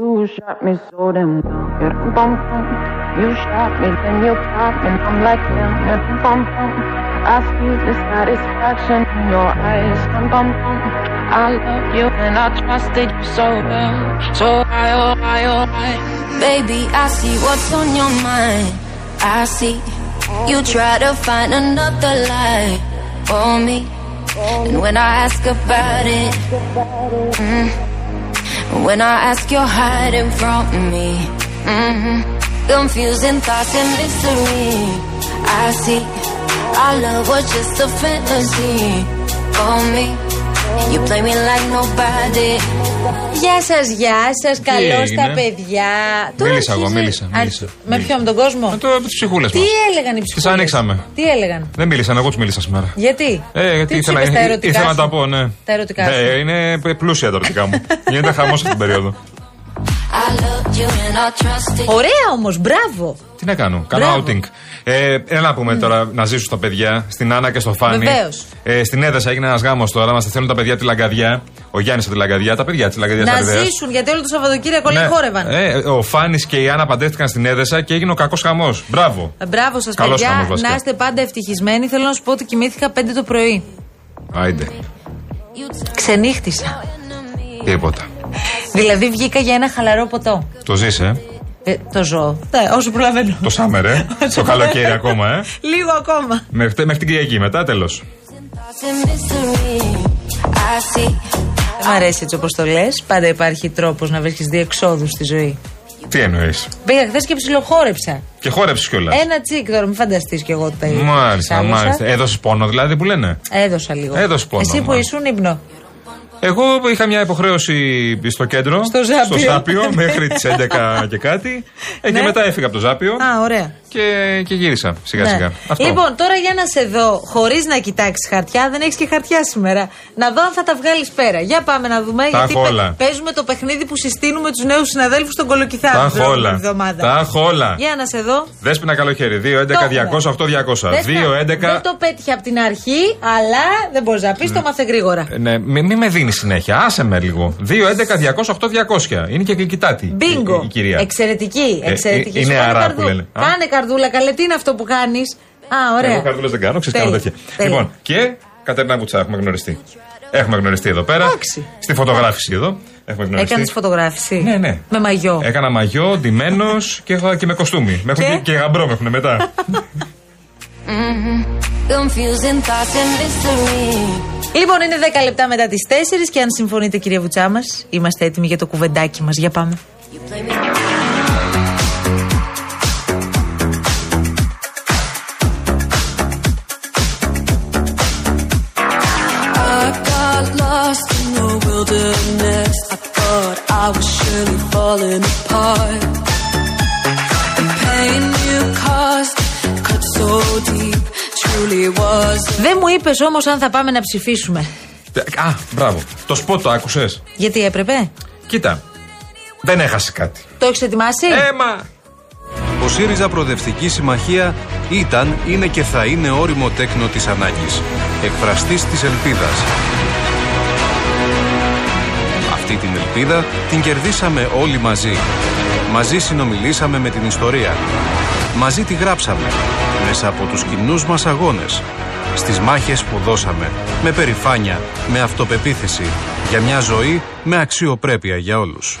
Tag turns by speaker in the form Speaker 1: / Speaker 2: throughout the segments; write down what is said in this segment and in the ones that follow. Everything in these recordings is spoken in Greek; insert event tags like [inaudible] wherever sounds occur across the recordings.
Speaker 1: You shot me so damn well. Yeah, boom, boom, boom. You shot me, then you caught me. I'm like, damn, yeah, boom, boom, boom. I see the satisfaction in your eyes. Boom, boom, boom. I love you and I trusted you so well. So I, oh, I, oh, I.
Speaker 2: Baby, I see what's on your mind. I see you try to find another lie for me. And when I ask about it, mm, when I ask, you're hiding from me. hmm Confusing thoughts and mystery. I see our love was just a fantasy for me. You play me like nobody.
Speaker 3: Γεια σας, γεια σας. Καλώς
Speaker 4: έγινε?
Speaker 3: τα παιδιά.
Speaker 4: Μίλησα εγώ, μίλησα,
Speaker 3: Α,
Speaker 4: μίλησα.
Speaker 3: Με
Speaker 4: Μίλησα.
Speaker 3: ποιον, με τον κόσμο.
Speaker 4: Με, το, Ε, με τις ψυχούλες
Speaker 3: Τι
Speaker 4: μας.
Speaker 3: έλεγαν οι ψυχούλες.
Speaker 4: άνοιξαμε.
Speaker 3: Τι έλεγαν.
Speaker 4: Δεν μίλησαν, εγώ τους μίλησα σήμερα.
Speaker 3: Γιατί.
Speaker 4: Ε, γιατί
Speaker 3: Τι τους
Speaker 4: ήθελα,
Speaker 3: είπες τα ερωτικά
Speaker 4: ήθελα να
Speaker 3: σου?
Speaker 4: τα πω, ναι.
Speaker 3: Τα ερωτικά σου.
Speaker 4: Ναι, είναι πλούσια τα ερωτικά
Speaker 3: [laughs]
Speaker 4: μου. Γίνεται χαμός αυτή την περίοδο.
Speaker 2: I loved you and I trusted you.
Speaker 3: Ωραία όμως, μπράβο.
Speaker 4: Τι να κάνω, κάνω
Speaker 3: Μπράβο.
Speaker 4: outing. Ε, έλα να πούμε τώρα να ζήσουν τα παιδιά στην Άννα και στο Φάνη.
Speaker 3: Βεβαίως.
Speaker 4: Ε, στην Έδασα έγινε ένας γάμος τώρα, μας θέλουν τα παιδιά τη Λαγκαδιά. Ο Γιάννης από τη Λαγκαδιά, τα παιδιά της Λαγκαδιάς
Speaker 3: Να
Speaker 4: στα Αριδαία.
Speaker 3: ζήσουν γιατί όλο το Σαββατοκύριακο λέει χόρευαν.
Speaker 4: Ε, ο Φάνης και η Άννα παντρεύτηκαν στην Έδεσα και έγινε ο κακός χαμός. Μπράβο.
Speaker 3: Ε, Μπράβο σας,
Speaker 4: Καλός
Speaker 3: παιδιά.
Speaker 4: χαμός, βασικά.
Speaker 3: Να είστε πάντα ευτυχισμένοι. Θέλω να σου πω ότι κοιμήθηκα 5 το πρωί.
Speaker 4: Άιντε,
Speaker 2: You turned
Speaker 3: Ξενύχτησα.
Speaker 2: enemy.
Speaker 4: τίποτα.
Speaker 3: Δηλαδή βγήκα για ένα χαλαρό ποτό.
Speaker 4: Το ζήσε. ε.
Speaker 3: Ε, το ζώο. Ναι, όσο προλαβαίνω.
Speaker 4: Το summer,
Speaker 3: [laughs]
Speaker 4: ε. το καλοκαίρι ακόμα, ε.
Speaker 3: Λίγο ακόμα.
Speaker 4: Μέχρι, μέχρι την Κυριακή, μετά τέλος.
Speaker 2: Thoughts and mystery. I see.
Speaker 3: Δεν Ε, μ' αρέσει έτσι όπως το λες. Πάντα υπάρχει τρόπος να βρίσκεις διεξόδου στη ζωή.
Speaker 4: Τι εννοείς.
Speaker 3: Πήγα χθες και ψιλοχόρεψα.
Speaker 4: Και χόρεψες κιόλας.
Speaker 3: Ένα τσίκ τώρα, μην φανταστείς κι εγώ τα ίδια.
Speaker 4: Μάλιστα,
Speaker 3: Κάμωσα.
Speaker 4: μάλιστα. Έδωσες πόνο δηλαδή που λένε.
Speaker 3: Έδωσα λίγο.
Speaker 4: Έδωσες πόνο,
Speaker 3: Εσύ που
Speaker 4: μάλιστα.
Speaker 3: ήσουν ύπνο.
Speaker 4: Εγώ είχα μια υποχρέωση στο κέντρο.
Speaker 3: Στο Ζάπιο.
Speaker 4: μέχρι τις 11 και κάτι. Ε, και
Speaker 3: Ναι.
Speaker 4: μετά έφυγα από το Ζάπιο.
Speaker 3: Α, ωραία.
Speaker 4: Και, και γύρισα σιγά
Speaker 3: Ναι.
Speaker 4: σιγά. Αυτό.
Speaker 3: Λοιπόν, τώρα για να σε δω, χωρίς να κοιτάξεις χαρτιά, δεν έχεις και χαρτιά σήμερα. Να δω αν θα τα βγάλεις πέρα. Για πάμε να δούμε. γιατί
Speaker 4: έχω όλα.
Speaker 3: παίζουμε το παιχνίδι που συστήνουμε τους νέους συναδέλφους στον
Speaker 4: τα
Speaker 3: Κολοκυθά. την
Speaker 4: έχω όλα.
Speaker 3: εβδομάδα.
Speaker 4: Τα έχω όλα.
Speaker 3: Για να σε δω.
Speaker 4: Δέσπινα καλοχέρι. 2, 11, 200,
Speaker 3: Το έχουμε.
Speaker 4: 8, 200.
Speaker 3: Δες τα.
Speaker 4: 2, 11.
Speaker 3: Δεν το πέτυχε από την αρχή, αλλά δεν μπορείς να πεις, το μάθε γρήγορα.
Speaker 4: Ε, Ναι, μην μη με δίνεις συνέχεια. Άσε με λίγο. 2, 11, 200, 8, 200. Είναι και γλυκητάτη.
Speaker 3: Μπίνγκο.
Speaker 4: Ε, Η, η κυρία.
Speaker 3: Εξαιρετική.
Speaker 4: Ε,
Speaker 3: εξαιρετική.
Speaker 4: ε,
Speaker 3: Σου
Speaker 4: είναι
Speaker 3: κάνει
Speaker 4: αρά
Speaker 3: καρδούλα.
Speaker 4: που λένε. Α.
Speaker 3: Κάνε καρδούλα, καλέ, τι είναι αυτό που κάνεις. Α, ωραία.
Speaker 4: Εγώ καρδούλες δεν κάνω, ξέρεις κάνω
Speaker 3: Τέλεια,
Speaker 4: τέτοια.
Speaker 3: τέλεια.
Speaker 4: Λοιπόν, και Κατέρνα Βουτσά, έχουμε γνωριστεί. Έχουμε γνωριστεί εδώ πέρα.
Speaker 3: Εντάξει.
Speaker 4: Στη φωτογράφηση εδώ. Έχουμε γνωριστεί.
Speaker 3: Έκανες φωτογράφηση.
Speaker 4: Ναι, ναι.
Speaker 3: Με μαγιό.
Speaker 4: Έκανα μαγιό, ντυμένος και, έχω- και με κοστούμι. Με έχουν
Speaker 3: Και?
Speaker 4: και, και γαμπρό με έχουν μετά.
Speaker 2: Confusing thoughts and mystery.
Speaker 3: Λοιπόν, είναι 10 λεπτά μετά τις 4 και αν συμφωνείτε, κυρία Βουτσά μας, είμαστε έτοιμοι για το κουβεντάκι μας. Για πάμε.
Speaker 5: I got lost in the wilderness. I thought I was surely falling apart. The pain you caused cut so deep, truly was.
Speaker 3: Δεν μου είπες όμως αν θα πάμε να ψηφίσουμε.
Speaker 4: Α, μπράβο. Το σποτ το άκουσες.
Speaker 3: Γιατί έπρεπε.
Speaker 4: Κοίτα. Δεν έχασε κάτι.
Speaker 3: Το έχεις ετοιμάσει.
Speaker 4: Έμα!
Speaker 6: Ο ΣΥΡΙΖΑ Προοδευτική Συμμαχία ήταν, είναι και θα είναι όριμο τέκνο της ανάγκης. Εκφραστής της ελπίδας. Αυτή την ελπίδα την κερδίσαμε όλοι μαζί. Μαζί συνομιλήσαμε με την ιστορία. Μαζί τη γράψαμε. Μέσα από τους κοινούς μας αγώνες. Στις μάχες που δώσαμε. Με περηφάνεια, με αυτοπεποίθηση. Για μια ζωή με αξιοπρέπεια για όλους.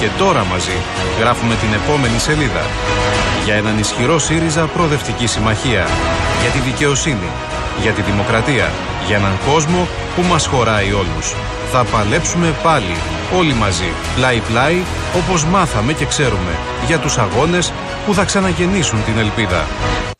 Speaker 6: Και τώρα μαζί γράφουμε την επόμενη σελίδα. Για έναν ισχυρό ΣΥΡΙΖΑ Προοδευτική Συμμαχία. Για τη δικαιοσύνη. Για τη δημοκρατία. Για έναν κόσμο που μας χωράει όλους. Θα παλέψουμε πάλι, όλοι μαζί, πλάι-πλάι, όπως μάθαμε και ξέρουμε, για τους αγώνες που θα ξαναγεννήσουν την ελπίδα.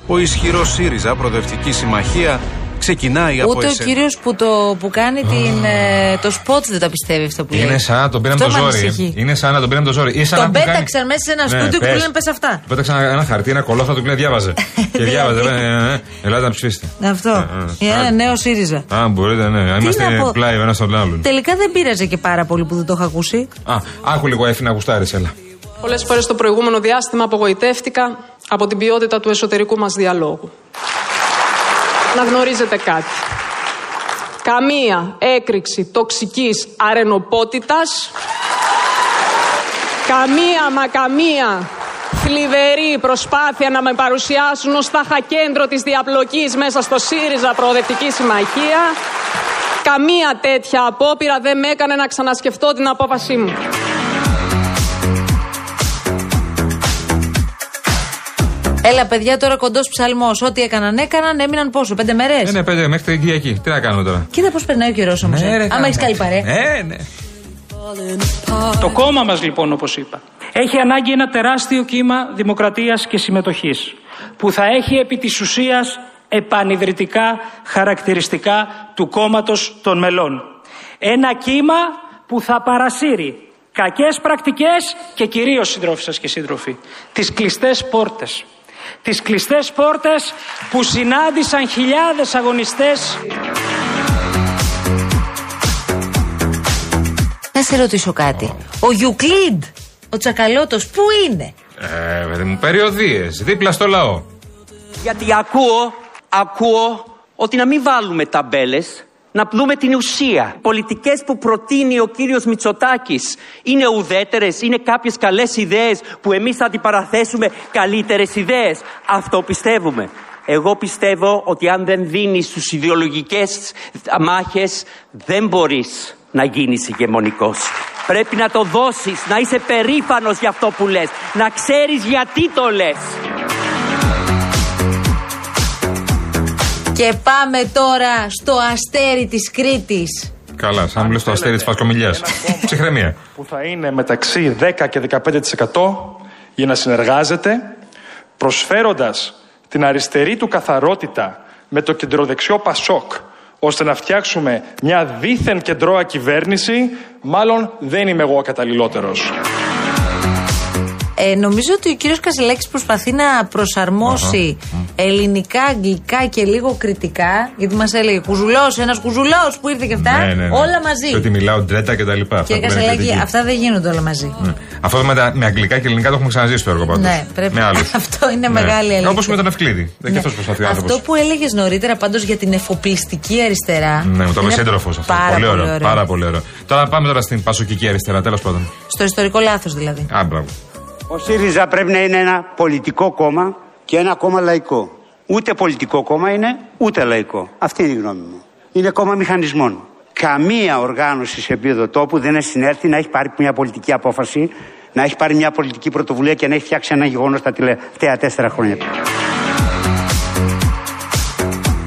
Speaker 6: Ο ισχυρός ΣΥΡΙΖΑ Προοδευτική Συμμαχία ξεκινάει από
Speaker 3: Ούτε ο
Speaker 6: εσένα.
Speaker 3: κύριος που, το- που κάνει την, ε, το σποτ δεν τα πιστεύει αυτά που λέει.
Speaker 4: Είναι σαν να τον πήραμε το
Speaker 3: Αυτό με
Speaker 4: ζόρι.
Speaker 3: ανησυχεί.
Speaker 4: Είναι σαν να τον πήραμε το ζόρι. Ή σαν
Speaker 3: Τον
Speaker 4: να έχουν κάνει-
Speaker 3: πέταξαν μέσα σε ένα
Speaker 4: Ναι,
Speaker 3: στούντιο και του
Speaker 4: πες.
Speaker 3: λένε, «Πες αυτά».
Speaker 4: Του Πέταξαν ένα- ένα χαρτί, ένα κολόφτα του λένε διάβαζε. και διάβαζε. λένε, «Ε, ε, Ελάτε να ψηφίσετε.
Speaker 3: Αυτό.
Speaker 4: Ε, ε,
Speaker 3: Για ένα
Speaker 4: άντε.
Speaker 3: νέο ΣΥΡΙΖΑ.
Speaker 4: Α, μπορείτε, ναι.
Speaker 3: να
Speaker 4: Είμαστε
Speaker 3: πω.
Speaker 4: πλάι ο ένας στον άλλον.
Speaker 3: Τελικά δεν πείραζε και πάρα πολύ που δεν το είχα ακούσει.
Speaker 4: Α, άκου λίγο έφη να γουστάρεις, έλα.
Speaker 7: Πολλές φορές το προηγούμενο διάστημα απογοητεύτηκα από την ποιότητα του εσωτερικού μας διαλόγου. Να γνωρίζετε κάτι. Καμία έκρηξη τοξικής αρενοπότητας Καμία μα καμία θλιβερή προσπάθεια να με παρουσιάσουν ως ταχακέντρο της διαπλοκής μέσα στο ΣΥΡΙΖΑ Προοδευτική Συμμαχία. Καμία τέτοια απόπειρα δεν με έκανε να ξανασκεφτώ την απόφασή μου.
Speaker 3: Έλα, παιδιά, τώρα κοντός ψαλμός. Ό,τι έκαναν, έκαναν. Έμειναν πόσο, πέντε μέρες.
Speaker 4: Ε, ναι, πέντε μέχρι την Κυριακή. Τι να κάνουμε τώρα.
Speaker 3: Κοίτα πώς περνάει ο καιρός όμως.
Speaker 4: Ναι, ρε,
Speaker 3: Άμα
Speaker 4: κάνε.
Speaker 3: έχεις καλή παρέα.
Speaker 4: Ναι, ναι.
Speaker 8: Το κόμμα μας λοιπόν όπως είπα έχει ανάγκη ένα τεράστιο κύμα δημοκρατίας και συμμετοχής που θα έχει επί της ουσίας επανειδρυτικά χαρακτηριστικά του κόμματος των μελών. Ένα κύμα που θα παρασύρει κακές πρακτικές και κυρίως συντρόφοι σας και σύντροφοι τις κλειστές πόρτες. Τις κλειστές πόρτες που συνάντησαν χιλιάδες αγωνιστές
Speaker 3: Να σε ρωτήσω κάτι. Ο Γιουκλίντ, ο τσακαλώτος, πού είναι.
Speaker 4: Ε, παιδί μου, περιοδίες. Δίπλα στο λαό.
Speaker 9: Γιατί ακούω, ακούω ότι να μην βάλουμε ταμπέλες, να δούμε την ουσία. Οι πολιτικές που προτείνει ο κύριος Μητσοτάκης είναι ουδέτερες, είναι κάποιες καλές ιδέες που εμείς θα αντιπαραθέσουμε καλύτερες ιδέες. Αυτό πιστεύουμε. Εγώ πιστεύω ότι αν δεν δίνεις στους ιδεολογικές μάχες δεν μπορείς να γίνεις ηγεμονικός. Πρέπει να το δώσεις, να είσαι περήφανος για αυτό που λες, να ξέρεις γιατί το λες.
Speaker 3: Και πάμε τώρα στο αστέρι της Κρήτης.
Speaker 4: Καλά, σαν μιλήσω το αστέρι της Πασκομιλιά. [laughs] Ψυχραιμία.
Speaker 10: που θα είναι μεταξύ 10 και 15% για να συνεργάζεται, προσφέροντας την αριστερή του καθαρότητα με το κεντροδεξιό Πασόκ, ώστε να φτιάξουμε μια δίθεν κεντρώα κυβέρνηση, μάλλον δεν είμαι εγώ ο καταλληλότερος.
Speaker 3: Ε, νομίζω ότι ο κύριος Κασιλάκη προσπαθεί να προσαρμόσει ελληνικά, αγγλικά και λίγο κριτικά. Γιατί μας έλεγε κουζουλός, ένας κουζουλός που ήρθε και αυτά.
Speaker 4: Ναι, ναι, ναι.
Speaker 3: Όλα
Speaker 4: Και ότι
Speaker 3: μαζί.
Speaker 4: μιλάω ντρέτα και τα λοιπά. αυτά
Speaker 3: Κύριε
Speaker 4: που λένε
Speaker 3: Κασιλάκη,
Speaker 4: κριτική.
Speaker 3: αυτά δεν γίνονται όλα μαζί.
Speaker 4: Ναι. Αυτό με, τα, με αγγλικά και ελληνικά το έχουμε ξαναζήσει στο έργο πάντως.
Speaker 3: Ναι, πρέπει.
Speaker 4: Με
Speaker 3: [laughs]
Speaker 4: άλλους.
Speaker 3: Αυτό είναι μεγάλη αλήθεια. Ναι.
Speaker 4: Όπως με τον Ευκλήδη. Δεν και αυτός προσπαθεί ο άνθρωπος.
Speaker 3: Αυτό που έλεγες νωρίτερα πάντως για την εφοπλιστική αριστερά.
Speaker 4: Ναι, μου το είπε
Speaker 3: είναι
Speaker 4: σύντροφο αυτό.
Speaker 3: Πάρα
Speaker 4: πολύ ωραίο. Πάρα πολύ ωραίο. Τώρα πάμε τώρα στην πασοκική αριστερά, τέλος πάντων.
Speaker 3: Στο ιστορικό λάθος δηλαδή.
Speaker 4: Α, μπράβο.
Speaker 11: Ο ΣΥΡΙΖΑ πρέπει να είναι ένα πολιτικό κόμμα και ένα κόμμα λαϊκό. Ούτε πολιτικό κόμμα είναι, ούτε λαϊκό. Αυτή είναι η γνώμη μου. Είναι κόμμα μηχανισμών. Καμία οργάνωση σε επίπεδο τόπου δεν είναι συνέρθει να έχει πάρει μια πολιτική απόφαση, να έχει πάρει μια πολιτική πρωτοβουλία και να έχει φτιάξει ένα γεγονός τα τελευταία τέσσερα χρόνια.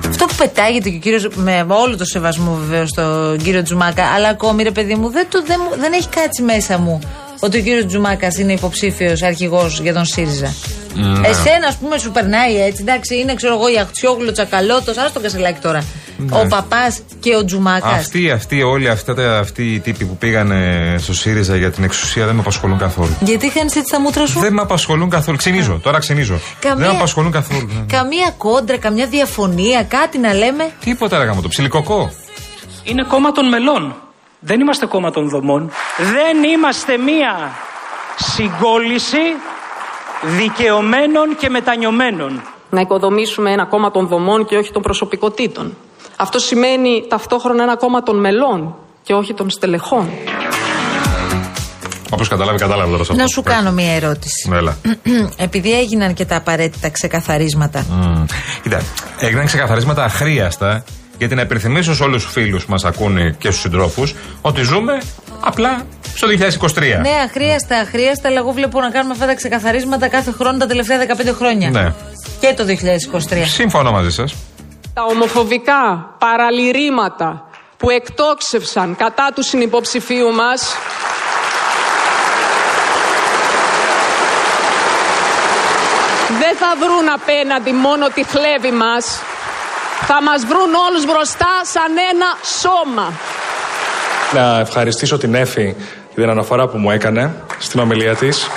Speaker 3: Αυτό που πετάγεται και ο κύριος. με όλο το σεβασμό βεβαίως στον κύριο Τζουμάκα, αλλά ακόμη ρε παιδί μου, δεν, το, δεν, μου- δεν έχει κάτσει μέσα μου ότι ο κύριος Τζουμάκας είναι υποψήφιος αρχηγός για τον ΣΥΡΙΖΑ.
Speaker 4: Ναι.
Speaker 3: Εσένα, ας πούμε, σου περνάει έτσι. Εντάξει, είναι ξέρω εγώ η Αχτσιόγλου, Τσακαλώτο, άρα τον Κασελάκη τώρα.
Speaker 4: Ναι.
Speaker 3: Ο παπάς και ο Τζουμάκας.
Speaker 4: Αυτοί, αυτοί, όλοι αυτά τα, αυτοί οι τύποι που πήγαν στο ΣΥΡΙΖΑ για την εξουσία δεν με απασχολούν καθόλου.
Speaker 3: Γιατί είχαν έτσι τα μούτρα σου.
Speaker 4: Δεν με απασχολούν καθόλου. Ξενίζω, τώρα ξενίζω.
Speaker 3: Ε. Καμία- Ε.
Speaker 4: Δεν με απασχολούν καθόλου. Ναι.
Speaker 3: Καμία κόντρα, καμιά διαφωνία, κάτι να λέμε.
Speaker 4: Τίποτα ρε γάμο το ψιλικοκό.
Speaker 8: Είναι κόμμα των μελών. Δεν είμαστε κόμμα των δομών. Δεν είμαστε μία συγκόλληση δικαιωμένων και μετανιωμένων.
Speaker 7: να οικοδομήσουμε ένα κόμμα των δομών και όχι των προσωπικότητων. Αυτό σημαίνει ταυτόχρονα ένα κόμμα των μελών και όχι των στελεχών.
Speaker 4: Όπως κατάλαβε, κατάλαβε τώρα σε αυτό.
Speaker 3: Να σου κάνω μία ερώτηση.
Speaker 4: Ναι, έλα.
Speaker 3: [clears throat] Επειδή έγιναν και τα απαραίτητα ξεκαθαρίσματα.
Speaker 4: Μμμ. Κοίτα, έγιναν ξεκαθαρίσματα αχρίαστα γιατί να υπενθυμίσω σε όλους τους φίλους που μας ακούνε και στους συντρόφους ότι ζούμε απλά στο 2023.
Speaker 3: Ναι, αχρίαστα, αχρίαστα, αλλά εγώ βλέπω να κάνουμε αυτά τα ξεκαθαρίσματα κάθε χρόνο τα τελευταία 15 χρόνια.
Speaker 4: Ναι.
Speaker 3: Και το 2023.
Speaker 4: Σύμφωνα μαζί σας.
Speaker 7: Τα ομοφοβικά παραλυρήματα που εκτόξευσαν κατά του συνυποψηφίου μας δεν θα βρουν απέναντι μόνο τη χλέβη μας θα μας βρουν όλους μπροστά σαν ένα σώμα.
Speaker 10: Να ευχαριστήσω την Εφη για την αναφορά που μου έκανε στην ομιλία της.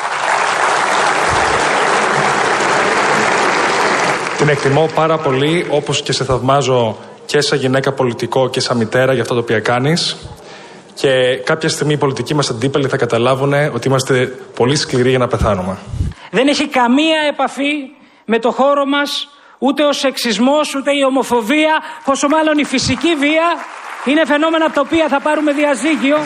Speaker 10: την εκτιμώ πάρα πολύ, όπως και σε θαυμάζω και σαν γυναίκα πολιτικό και σαν μητέρα για αυτά τα οποία κάνεις. Και κάποια στιγμή οι πολιτικοί μας αντίπαλοι θα καταλάβουν ότι είμαστε πολύ σκληροί για να πεθάνουμε.
Speaker 8: Δεν έχει καμία επαφή με το χώρο μας ούτε ο σεξισμός, ούτε η ομοφοβία, πόσο μάλλον η φυσική βία είναι φαινόμενα από τα οποία θα πάρουμε διαζύγιο.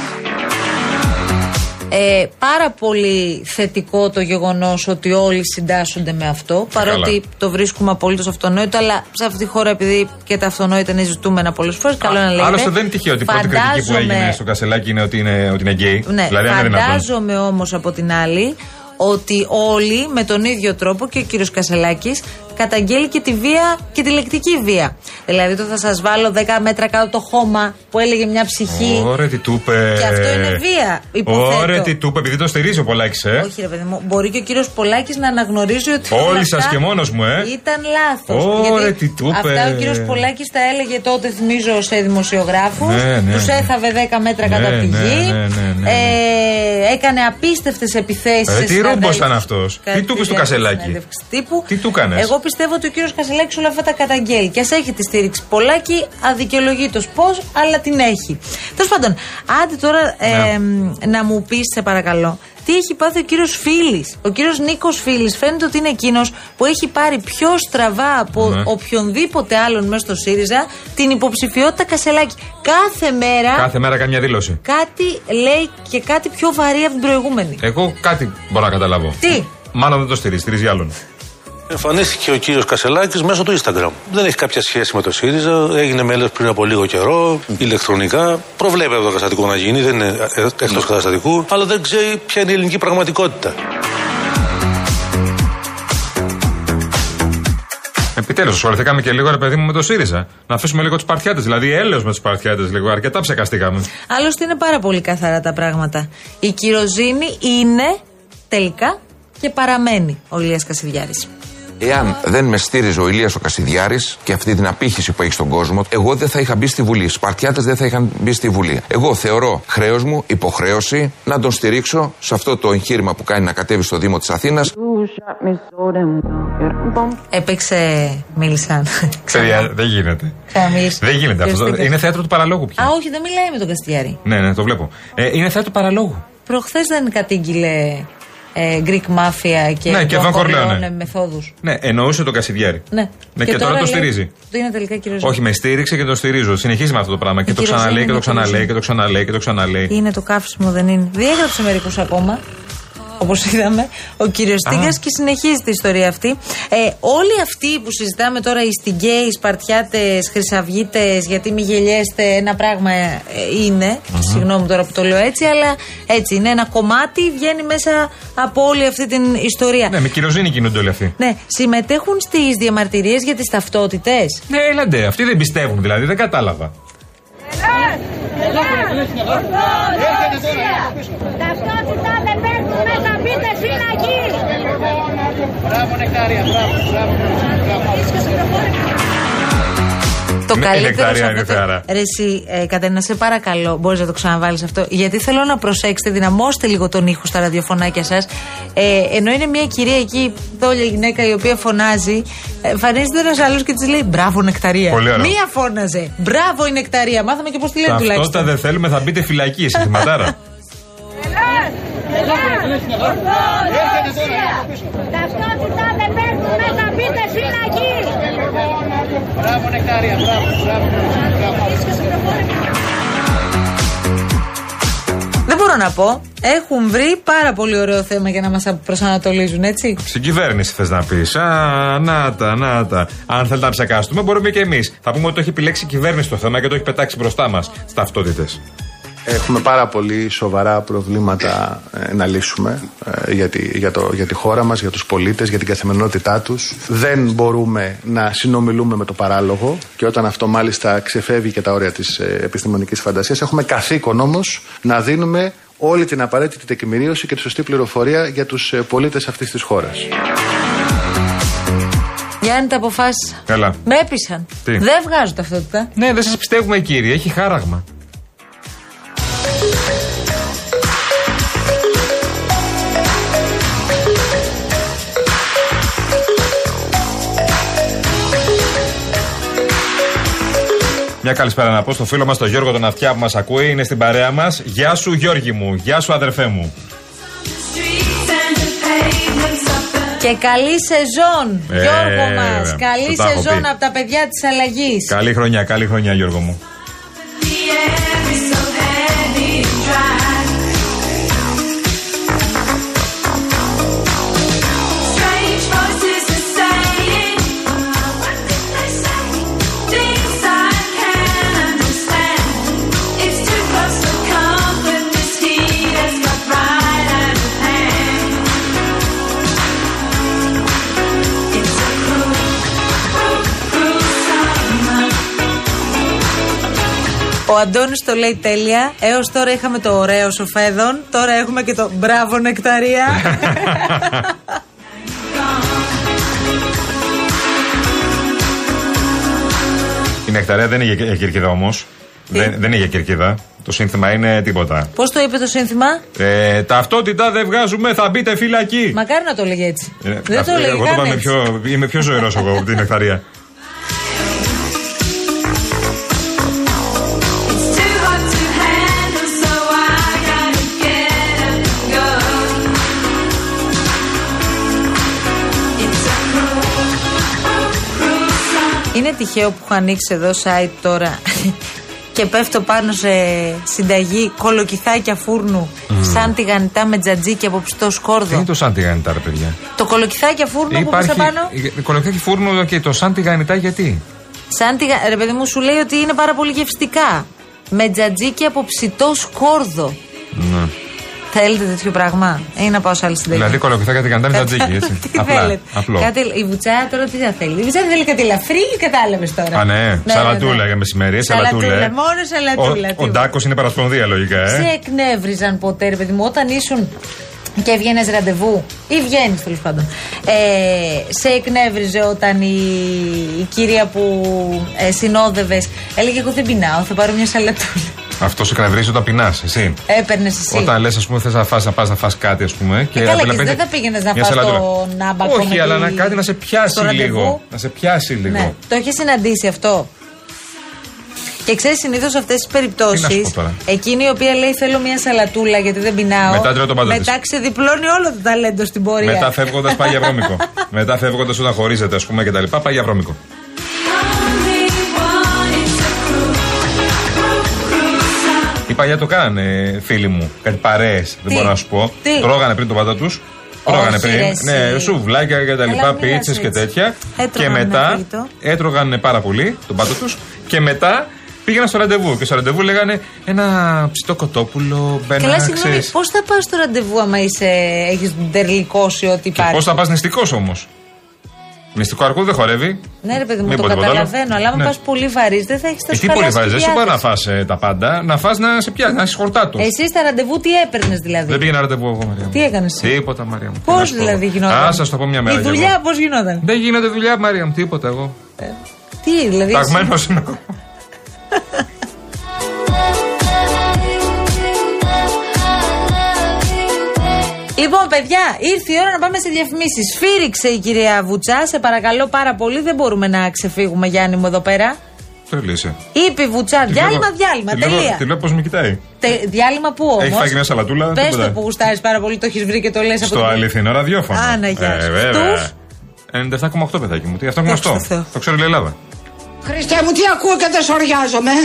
Speaker 3: Ε, πάρα πολύ θετικό το γεγονός ότι όλοι συντάσσονται με αυτό. Παρότι
Speaker 4: Καλά.
Speaker 3: το βρίσκουμε απολύτως αυτονόητο, αλλά σε αυτή τη χώρα, επειδή και τα αυτονόητα είναι ζητούμενα πολλές φορές, καλό να λέγεται.
Speaker 4: Άλλωστε δεν είναι τυχαίο ότι η πρώτη κριτική που
Speaker 3: Φαντάζομαι-
Speaker 4: έγινε στο Κασελάκι είναι ότι είναι, ότι είναι γκέι.
Speaker 3: Ναι,
Speaker 4: δηλαδή, αν δεν είναι δυνατόν.
Speaker 3: φαντάζομαι όμως από την άλλη ότι όλοι με τον ίδιο τρόπο και ο κύριος Κασελάκης καταγγέλει και τη βία και τη λεκτική βία. Δηλαδή το θα σας βάλω 10 μέτρα κάτω το χώμα που έλεγε μια ψυχή.
Speaker 4: Ωραία, τι του είπε.
Speaker 3: Και αυτό είναι βία, υποθέτω.
Speaker 4: Ωραία, τι του είπε, επειδή το στηρίζει ο Πολάκης, ε.
Speaker 3: Όχι, ρε παιδί μου, μπορεί και ο κύριος Πολάκης να αναγνωρίζει ότι.
Speaker 4: Όλοι
Speaker 3: όλα
Speaker 4: σας
Speaker 3: αυτά
Speaker 4: και μόνος μου, ε.
Speaker 3: Ήταν λάθος.
Speaker 4: Ω, ρε, τι του είπε.
Speaker 3: Αυτά ο κύριος Πολάκης τα έλεγε τότε, θυμίζω, σε δημοσιογράφους.
Speaker 4: Ναι, ναι,
Speaker 3: τους
Speaker 4: ναι.
Speaker 3: έθαβε 10 μέτρα
Speaker 4: Ναι,
Speaker 3: κατά τη
Speaker 4: ναι,
Speaker 3: γη.
Speaker 4: ναι, ναι, ναι, ναι.
Speaker 3: Ε, έκανε απίστευτες επιθέσεις.
Speaker 4: Ε, τι ρούμπος ήταν αυτός. Τι του είπες στο Κασελάκη.
Speaker 3: Τύπου.
Speaker 4: Τι του έκανες.
Speaker 3: Εγώ πιστεύω ότι ο κύριος Κασελάκης όλα αυτά τα καταγγέλει. Και ας έχει τη στήριξη Πολάκη, αδικαιολογήτως πώς, αλλά την έχει. Τέλος πάντων, άντε τώρα
Speaker 4: Ναι.
Speaker 3: ε, να μου πεις, σε παρακαλώ, τι έχει πάθει ο κύριος Φίλης. Ο κύριος Νίκος Φίλης φαίνεται ότι είναι εκείνος που έχει πάρει πιο στραβά από
Speaker 4: Ναι.
Speaker 3: οποιονδήποτε άλλον μέσα στο ΣΥΡΙΖΑ την υποψηφιότητα Κασελάκη. Κάθε μέρα
Speaker 4: Κάθε μέρα κάνει μια δήλωση.
Speaker 3: κάτι λέει και κάτι πιο βαρύ από την προηγούμενη.
Speaker 4: Εγώ κάτι μπορώ να καταλάβω.
Speaker 3: Τι?
Speaker 4: Μάλλον δεν το στηρίζει, στηρίζει άλλον.
Speaker 12: Εμφανίστηκε ο κύριος Κασελάκης μέσω του Instagram. Δεν έχει κάποια σχέση με το ΣΥΡΙΖΑ. Έγινε μέλος πριν από λίγο καιρό, ηλεκτρονικά. Προβλέπει από το καταστατικό να γίνει, δεν είναι εκτός καταστατικού. Αλλά δεν ξέρει ποια είναι η ελληνική πραγματικότητα.
Speaker 4: Επιτέλους, ασχοληθήκαμε και λίγο, ρε παιδί μου, με το ΣΥΡΙΖΑ. Να αφήσουμε λίγο του Παρτιάτες. Δηλαδή, έλεος με του Παρτιάτες λίγο. Αρκετά ψεκαστήκαμε.
Speaker 3: Άλλωστε είναι πάρα πολύ καθαρά τα πράγματα. Η κυροζήνη είναι τελικά και παραμένει ο Ηλίας Κασιδιάρης.
Speaker 13: Εάν δεν με στήριζε ο Ηλίας ο Κασιδιάρης και αυτή την απήχηση που έχει στον κόσμο, εγώ δεν θα είχα μπει στη Βουλή. Οι Σπαρτιάτες δεν θα είχαν μπει στη Βουλή. Εγώ θεωρώ χρέος μου, υποχρέωση, να τον στηρίξω σε αυτό το εγχείρημα που κάνει να κατέβει στο Δήμο της Αθήνας.
Speaker 1: You shot me so damn well. Get bump.
Speaker 3: Έπαιξε, μίλησαν.
Speaker 4: Ξέρει, δεν γίνεται.
Speaker 3: Ξαναμίλησε.
Speaker 4: Δεν γίνεται αυτό.
Speaker 3: Ευχαριστώ.
Speaker 4: Είναι θέατρο του παραλόγου πια.
Speaker 3: Α, όχι, δεν μιλάει με τον Κασιδιάρη.
Speaker 4: Ναι, ναι, το βλέπω. Ε, είναι θέατρο παραλόγου.
Speaker 3: Προχθές δεν κατήγγειλε ε, Greek Mafia και,
Speaker 4: Ναι, και
Speaker 3: Don
Speaker 4: Don Corleone.
Speaker 3: Corleone μεθόδους.
Speaker 4: Ναι, εννοούσε τον Κασιδιάρη.
Speaker 3: Ναι.
Speaker 4: Ναι, και τώρα το
Speaker 3: λέει-
Speaker 4: στηρίζει.
Speaker 3: Το είναι τελικά κυροζήνη.
Speaker 4: Όχι, με στήριξε και τον στηρίζω. Συνεχίζει με αυτό το πράγμα. Και το
Speaker 3: κυροζήνη
Speaker 4: ξαναλέει και το
Speaker 3: είναι
Speaker 4: ξαναλέει
Speaker 3: κυροζήνη.
Speaker 4: και το ξαναλέει και το ξαναλέει.
Speaker 3: Είναι το καύσιμο, δεν είναι. Διέγραψε μερικούς ακόμα. Όπως είδαμε, ο κύριος Τίγκα και συνεχίζει την ιστορία αυτή. Ε, όλοι αυτοί που συζητάμε τώρα, οι Στιγκέοι, οι Σπαρτιάτες, Χρυσαυγίτες, γιατί μη γελιέστε, ένα πράγμα ε, είναι. Συγγνώμη τώρα που το λέω έτσι, αλλά έτσι είναι. Ένα κομμάτι βγαίνει μέσα από όλη αυτή την ιστορία.
Speaker 4: Ναι, με κυροζήνη κινούνται όλοι αυτοί.
Speaker 3: Ναι, συμμετέχουν στις διαμαρτυρίες για τις ταυτότητες.
Speaker 4: Ναι, έλαντε. Αυτοί δεν πιστεύουν δηλαδή, δεν κατάλαβα.
Speaker 14: Ταυτότητα δεν παίρνουν μέσα, μπείτε φυλακή! Μπράβο, νεκτάρια, μπράβο, μπράβο.
Speaker 3: Το
Speaker 4: Ναι,
Speaker 3: καλύτερο σε
Speaker 4: νεκτάρια
Speaker 3: αυτό
Speaker 4: είναι θεάρα.
Speaker 3: το... Ρε εσύ, ε, Κατερίνα, σε παρακαλώ, μπορείς να το ξαναβάλεις αυτό. Γιατί θέλω να προσέξετε, δυναμώστε λίγο τον ήχο στα ραδιοφωνάκια σας. Ε, ενώ είναι μια κυρία εκεί, δόλια γυναίκα η οποία φωνάζει, ε, εμφανίζεται ένας άλλος και της λέει «Μπράβο νεκταρία».
Speaker 4: Πολύ ωραίο.
Speaker 3: Μία φώναζε «Μπράβο η νεκταρία». Μάθαμε και πώς τη λένε
Speaker 4: Ταυτότητα
Speaker 3: τουλάχιστον.
Speaker 4: δεν θέλουμε, θα μπείτε φυλακή, εσύ
Speaker 3: [laughs]
Speaker 4: θυματάρα.
Speaker 14: Ταυτότητα δεν παίρνουν μέσα, μπείτε φυλακή! Μπράβο, νεκτάρια, μπράβο,
Speaker 3: Δεν μπορώ να πω. Έχουν βρει πάρα πολύ ωραίο θέμα για να μας προσανατολίζουν, έτσι.
Speaker 4: Στην κυβέρνηση θες να πεις. Α, να τα, να τα. Αν θέλετε να ψεκάσουμε, μπορούμε και εμείς. Θα πούμε ότι το έχει επιλέξει η κυβέρνηση το θέμα και το έχει πετάξει μπροστά μας στι ταυτότητε.
Speaker 15: Έχουμε πάρα πολύ σοβαρά προβλήματα ε, να λύσουμε ε, για τη, για, το, για τη χώρα μας, για τους πολίτες, για την καθημερινότητά τους. Δεν μπορούμε να συνομιλούμε με το παράλογο και όταν αυτό μάλιστα ξεφεύγει και τα όρια της ε, επιστημονικής φαντασίας έχουμε καθήκον όμως να δίνουμε όλη την απαραίτητη τεκμηρίωση και τη σωστή πληροφορία για τους ε, πολίτες αυτής της χώρας.
Speaker 3: Γιάννη, τα αποφάσισα.
Speaker 4: Καλά.
Speaker 3: Με έπεισαν.
Speaker 4: Τι?
Speaker 3: Δεν βγάζω ταυτότητα.
Speaker 4: Ναι, δεν σας πιστεύουμε, κύριε. Έχει χάραγμα. Μια καλησπέρα να πω στο φίλο μας, τον Γιώργο τον Αυτιά που μας ακούει. Είναι στην παρέα μας. Γεια σου, Γιώργη μου. Γεια σου, αδερφέ μου.
Speaker 3: Και καλή σεζόν,
Speaker 4: Ε,
Speaker 3: Γιώργο
Speaker 4: βέβαια.
Speaker 3: μα. Καλή
Speaker 4: Σου τα έχω
Speaker 3: σεζόν
Speaker 4: πει.
Speaker 3: από τα παιδιά της αλλαγής.
Speaker 4: Καλή χρονιά, καλή χρονιά, Γιώργο μου.
Speaker 14: The air is so heavy and dry.
Speaker 3: Ο Αντώνης το λέει τέλεια. Έως τώρα είχαμε το ωραίο σοφέδον. Τώρα έχουμε και το μπράβο
Speaker 4: [laughs]
Speaker 3: νεκταρία.
Speaker 4: Η νεκταρία δεν είναι για κερκίδα όμως. Δεν, δεν είναι για κερκίδα. Το σύνθημα είναι τίποτα.
Speaker 3: Πώς το είπε το σύνθημα,
Speaker 4: Ε, ταυτότητα δεν βγάζουμε, θα μπείτε φυλακή.
Speaker 3: Μακάρι να το λέγε έτσι.
Speaker 4: Ε,
Speaker 3: Δεν το
Speaker 4: αυ-
Speaker 3: λέει Ναι.
Speaker 4: εγώ
Speaker 3: καν
Speaker 4: το πάμε
Speaker 3: έτσι.
Speaker 4: πιο, είμαι πιο ζωηρός εγώ από την νεκταρία.
Speaker 3: Είναι τυχαίο που έχω ανοίξει εδώ site τώρα [laughs] και πέφτω πάνω σε συνταγή κολοκυθάκια φούρνου
Speaker 4: Μμμ.
Speaker 3: σαν τηγανιτά με τζατζίκι από ψητό
Speaker 4: Τι είναι
Speaker 3: σκόρδο.
Speaker 4: το σαν τηγανιτά, ρε παιδιά.
Speaker 3: Το κολοκυθάκια φούρνου που πέσα πάνω.
Speaker 4: Κολοκάκι φούρνο και το σαν τηγανιτά γιατί.
Speaker 3: Σαν τηγα... Ρε παιδί μου σου λέει ότι είναι πάρα πολύ γευστικά. Με τζατζίκι από ψητό σκόρδο.
Speaker 4: Ναι.
Speaker 3: Θέλετε τέτοιο πράγμα ή να πάω σε άλλη συνταγή.
Speaker 4: Δηλαδή κολοκυθάκια τηγανιτά με τζατζίκι, έτσι.
Speaker 3: [laughs] Τι θέλετε.
Speaker 4: Απλό.
Speaker 3: Κάτι, η βουτσά τώρα τι θα θέλει. Η βουτσά θέλει κάτι ελαφρύ, κατάλαβες τώρα.
Speaker 4: Α, ναι, σαλατούλα για μεσημέρι.
Speaker 3: Σαλατούλα,
Speaker 4: Σαλατούλα. ε.
Speaker 3: μόνο σαλατούλα,
Speaker 4: Ο- Ο,
Speaker 3: τίποτα.
Speaker 4: Ντάκος είναι παρασπονδία, λογικά,
Speaker 3: Σε
Speaker 4: ε.
Speaker 3: εκνεύριζαν ποτέ, ρε παιδί μου, όταν ήσουν και έβγαινε ραντεβού ή βγαίνεις τέλος πάντων. Ε, σε εκνεύριζε όταν η, η κυρία που ε, συνόδευες έλεγε: Εγώ δεν πεινάω, θα πάρω μια σαλατούλα.
Speaker 4: Αυτό σε κραυρίζει όταν πεινάς, εσύ.
Speaker 3: Έπαιρνες εσύ.
Speaker 4: Όταν λες, ας πούμε, θες να φας, να πας να φας κάτι, ας πούμε. Και
Speaker 3: Ε, καλά, και
Speaker 4: απέναντι-
Speaker 3: δεν θα πήγαινες να
Speaker 4: μια
Speaker 3: φας
Speaker 4: σαλατούλα.
Speaker 3: το νάμπακο. με
Speaker 4: Όχι,
Speaker 3: τη-
Speaker 4: αλλά να κάτι να σε πιάσει
Speaker 3: στο ραντεβού.
Speaker 4: λίγο. Να σε πιάσει λίγο.
Speaker 3: Ναι. Το είχε συναντήσει αυτό. Και ξέρεις, συνήθως σε αυτές τις
Speaker 4: Τι να
Speaker 3: περιπτώσει,
Speaker 4: σου πω τώρα.
Speaker 3: εκείνη η οποία λέει θέλω μια σαλατούλα γιατί δεν πεινάω.
Speaker 4: Μετά τρώει τον πάντα
Speaker 3: Μετά ξεδιπλώνει όλο το ταλέντο στην πορεία.
Speaker 4: Μετά φεύγοντας πάει για
Speaker 3: [laughs]
Speaker 4: βρώμικο. Μετά φεύγοντας όταν χωρίζεται, ας πούμε, και τα λοιπά, πάει για βρώμικο. Οι παλιά το κάνανε, φίλοι μου. Κάτι παρέες, δεν
Speaker 3: Τι?
Speaker 4: μπορώ να σου πω.
Speaker 3: Τι?
Speaker 4: Τρώγανε πριν τον πατά τους. Τρώγανε
Speaker 3: Όχι,
Speaker 4: πριν.
Speaker 3: ρε, εσύ.
Speaker 4: Ναι, σουβλάκια και τα
Speaker 3: Καλά,
Speaker 4: λοιπά,
Speaker 3: μην πειράζει
Speaker 4: πίτσες και
Speaker 3: έτσι.
Speaker 4: τέτοια.
Speaker 3: Έτρωγαν
Speaker 4: και
Speaker 3: με
Speaker 4: μετά
Speaker 3: φαγητό.
Speaker 4: έτρωγαν πάρα πολύ τον πατά τους. Και μετά πήγαιναν στο ραντεβού. Και στο ραντεβού λέγανε ένα ψητό κοτόπουλο, μπένα,
Speaker 3: Καλά, συγγνώμη,
Speaker 4: ξέρεις.
Speaker 3: πώς θα πας στο ραντεβού άμα είσαι, έχεις τερλικώσει ό,τι υπάρχει.
Speaker 4: Πώ θα πας νηστικός όμως. Νηστικό αρκού δεν χορεύει.
Speaker 3: Ναι, ρε παιδί μου,
Speaker 4: Μην
Speaker 3: το
Speaker 4: πω τίποτα άλλο.
Speaker 3: καταλαβαίνω, αλλά άμα
Speaker 4: Ναι.
Speaker 3: πας πα πολύ βαρύς, δεν θα έχεις τα
Speaker 4: Ε, τι
Speaker 3: σκαλιά.
Speaker 4: πολύ βάζει, δεν σου πάει να φας ε, τα πάντα, να φας να σε πιάσει, να είσαι χορτάτο.
Speaker 3: Εσύ στα ραντεβού τι έπαιρνες δηλαδή.
Speaker 4: Δεν πήγαινα ραντεβού εγώ, Μαρία μου.
Speaker 3: Τι έκανες εσύ?
Speaker 4: Τίποτα, Μαρία μου.
Speaker 3: Πώς
Speaker 4: Τι να σου πω.
Speaker 3: δηλαδή γινόταν.
Speaker 4: Α, σας το πω μια μέρα.
Speaker 3: Η
Speaker 4: κι
Speaker 3: δουλειά
Speaker 4: εγώ.
Speaker 3: πώς γινόταν.
Speaker 4: Δεν γίνεται δουλειά, Μαρία μου, τίποτα εγώ.
Speaker 3: Τι δηλαδή. εσύ-
Speaker 4: Ταγμένο είναι ο
Speaker 3: Λοιπόν, παιδιά, ήρθε η ώρα να πάμε σε διαφημίσεις. Σφύριξε η κυρία Βουτσά, σε παρακαλώ πάρα πολύ, δεν μπορούμε να ξεφύγουμε, Γιάννη μου, εδώ πέρα.
Speaker 4: Τρελή είσαι.
Speaker 3: Είπε η Βουτσά,
Speaker 4: Τη
Speaker 3: διάλειμμα,
Speaker 4: βλέπω-
Speaker 3: διάλειμμα,
Speaker 4: τη βλέπω-
Speaker 3: τελεία.
Speaker 4: Τη λέω πώ με κοιτάει.
Speaker 3: Τε- διάλειμμα που όμω.
Speaker 4: Έχει φάει και μια σαλατούλα,
Speaker 3: Πε
Speaker 4: τίποτα.
Speaker 3: το που γουστάρεις πάρα πολύ, το έχεις βρει και το λες από
Speaker 4: Στο
Speaker 3: την-
Speaker 4: αληθινό ραδιόφωνο.
Speaker 3: Α, να γεια
Speaker 4: Ε,
Speaker 3: σου.
Speaker 4: βέβαια. Ε,
Speaker 3: Στους?
Speaker 4: 97,8 παιδάκι μου. Τι, Αυτό είναι γνωστό. Το ξέρει όλη η Ελλάδα.
Speaker 16: Χριστέ μου, τι ακούω και δεν σοριάζομαι.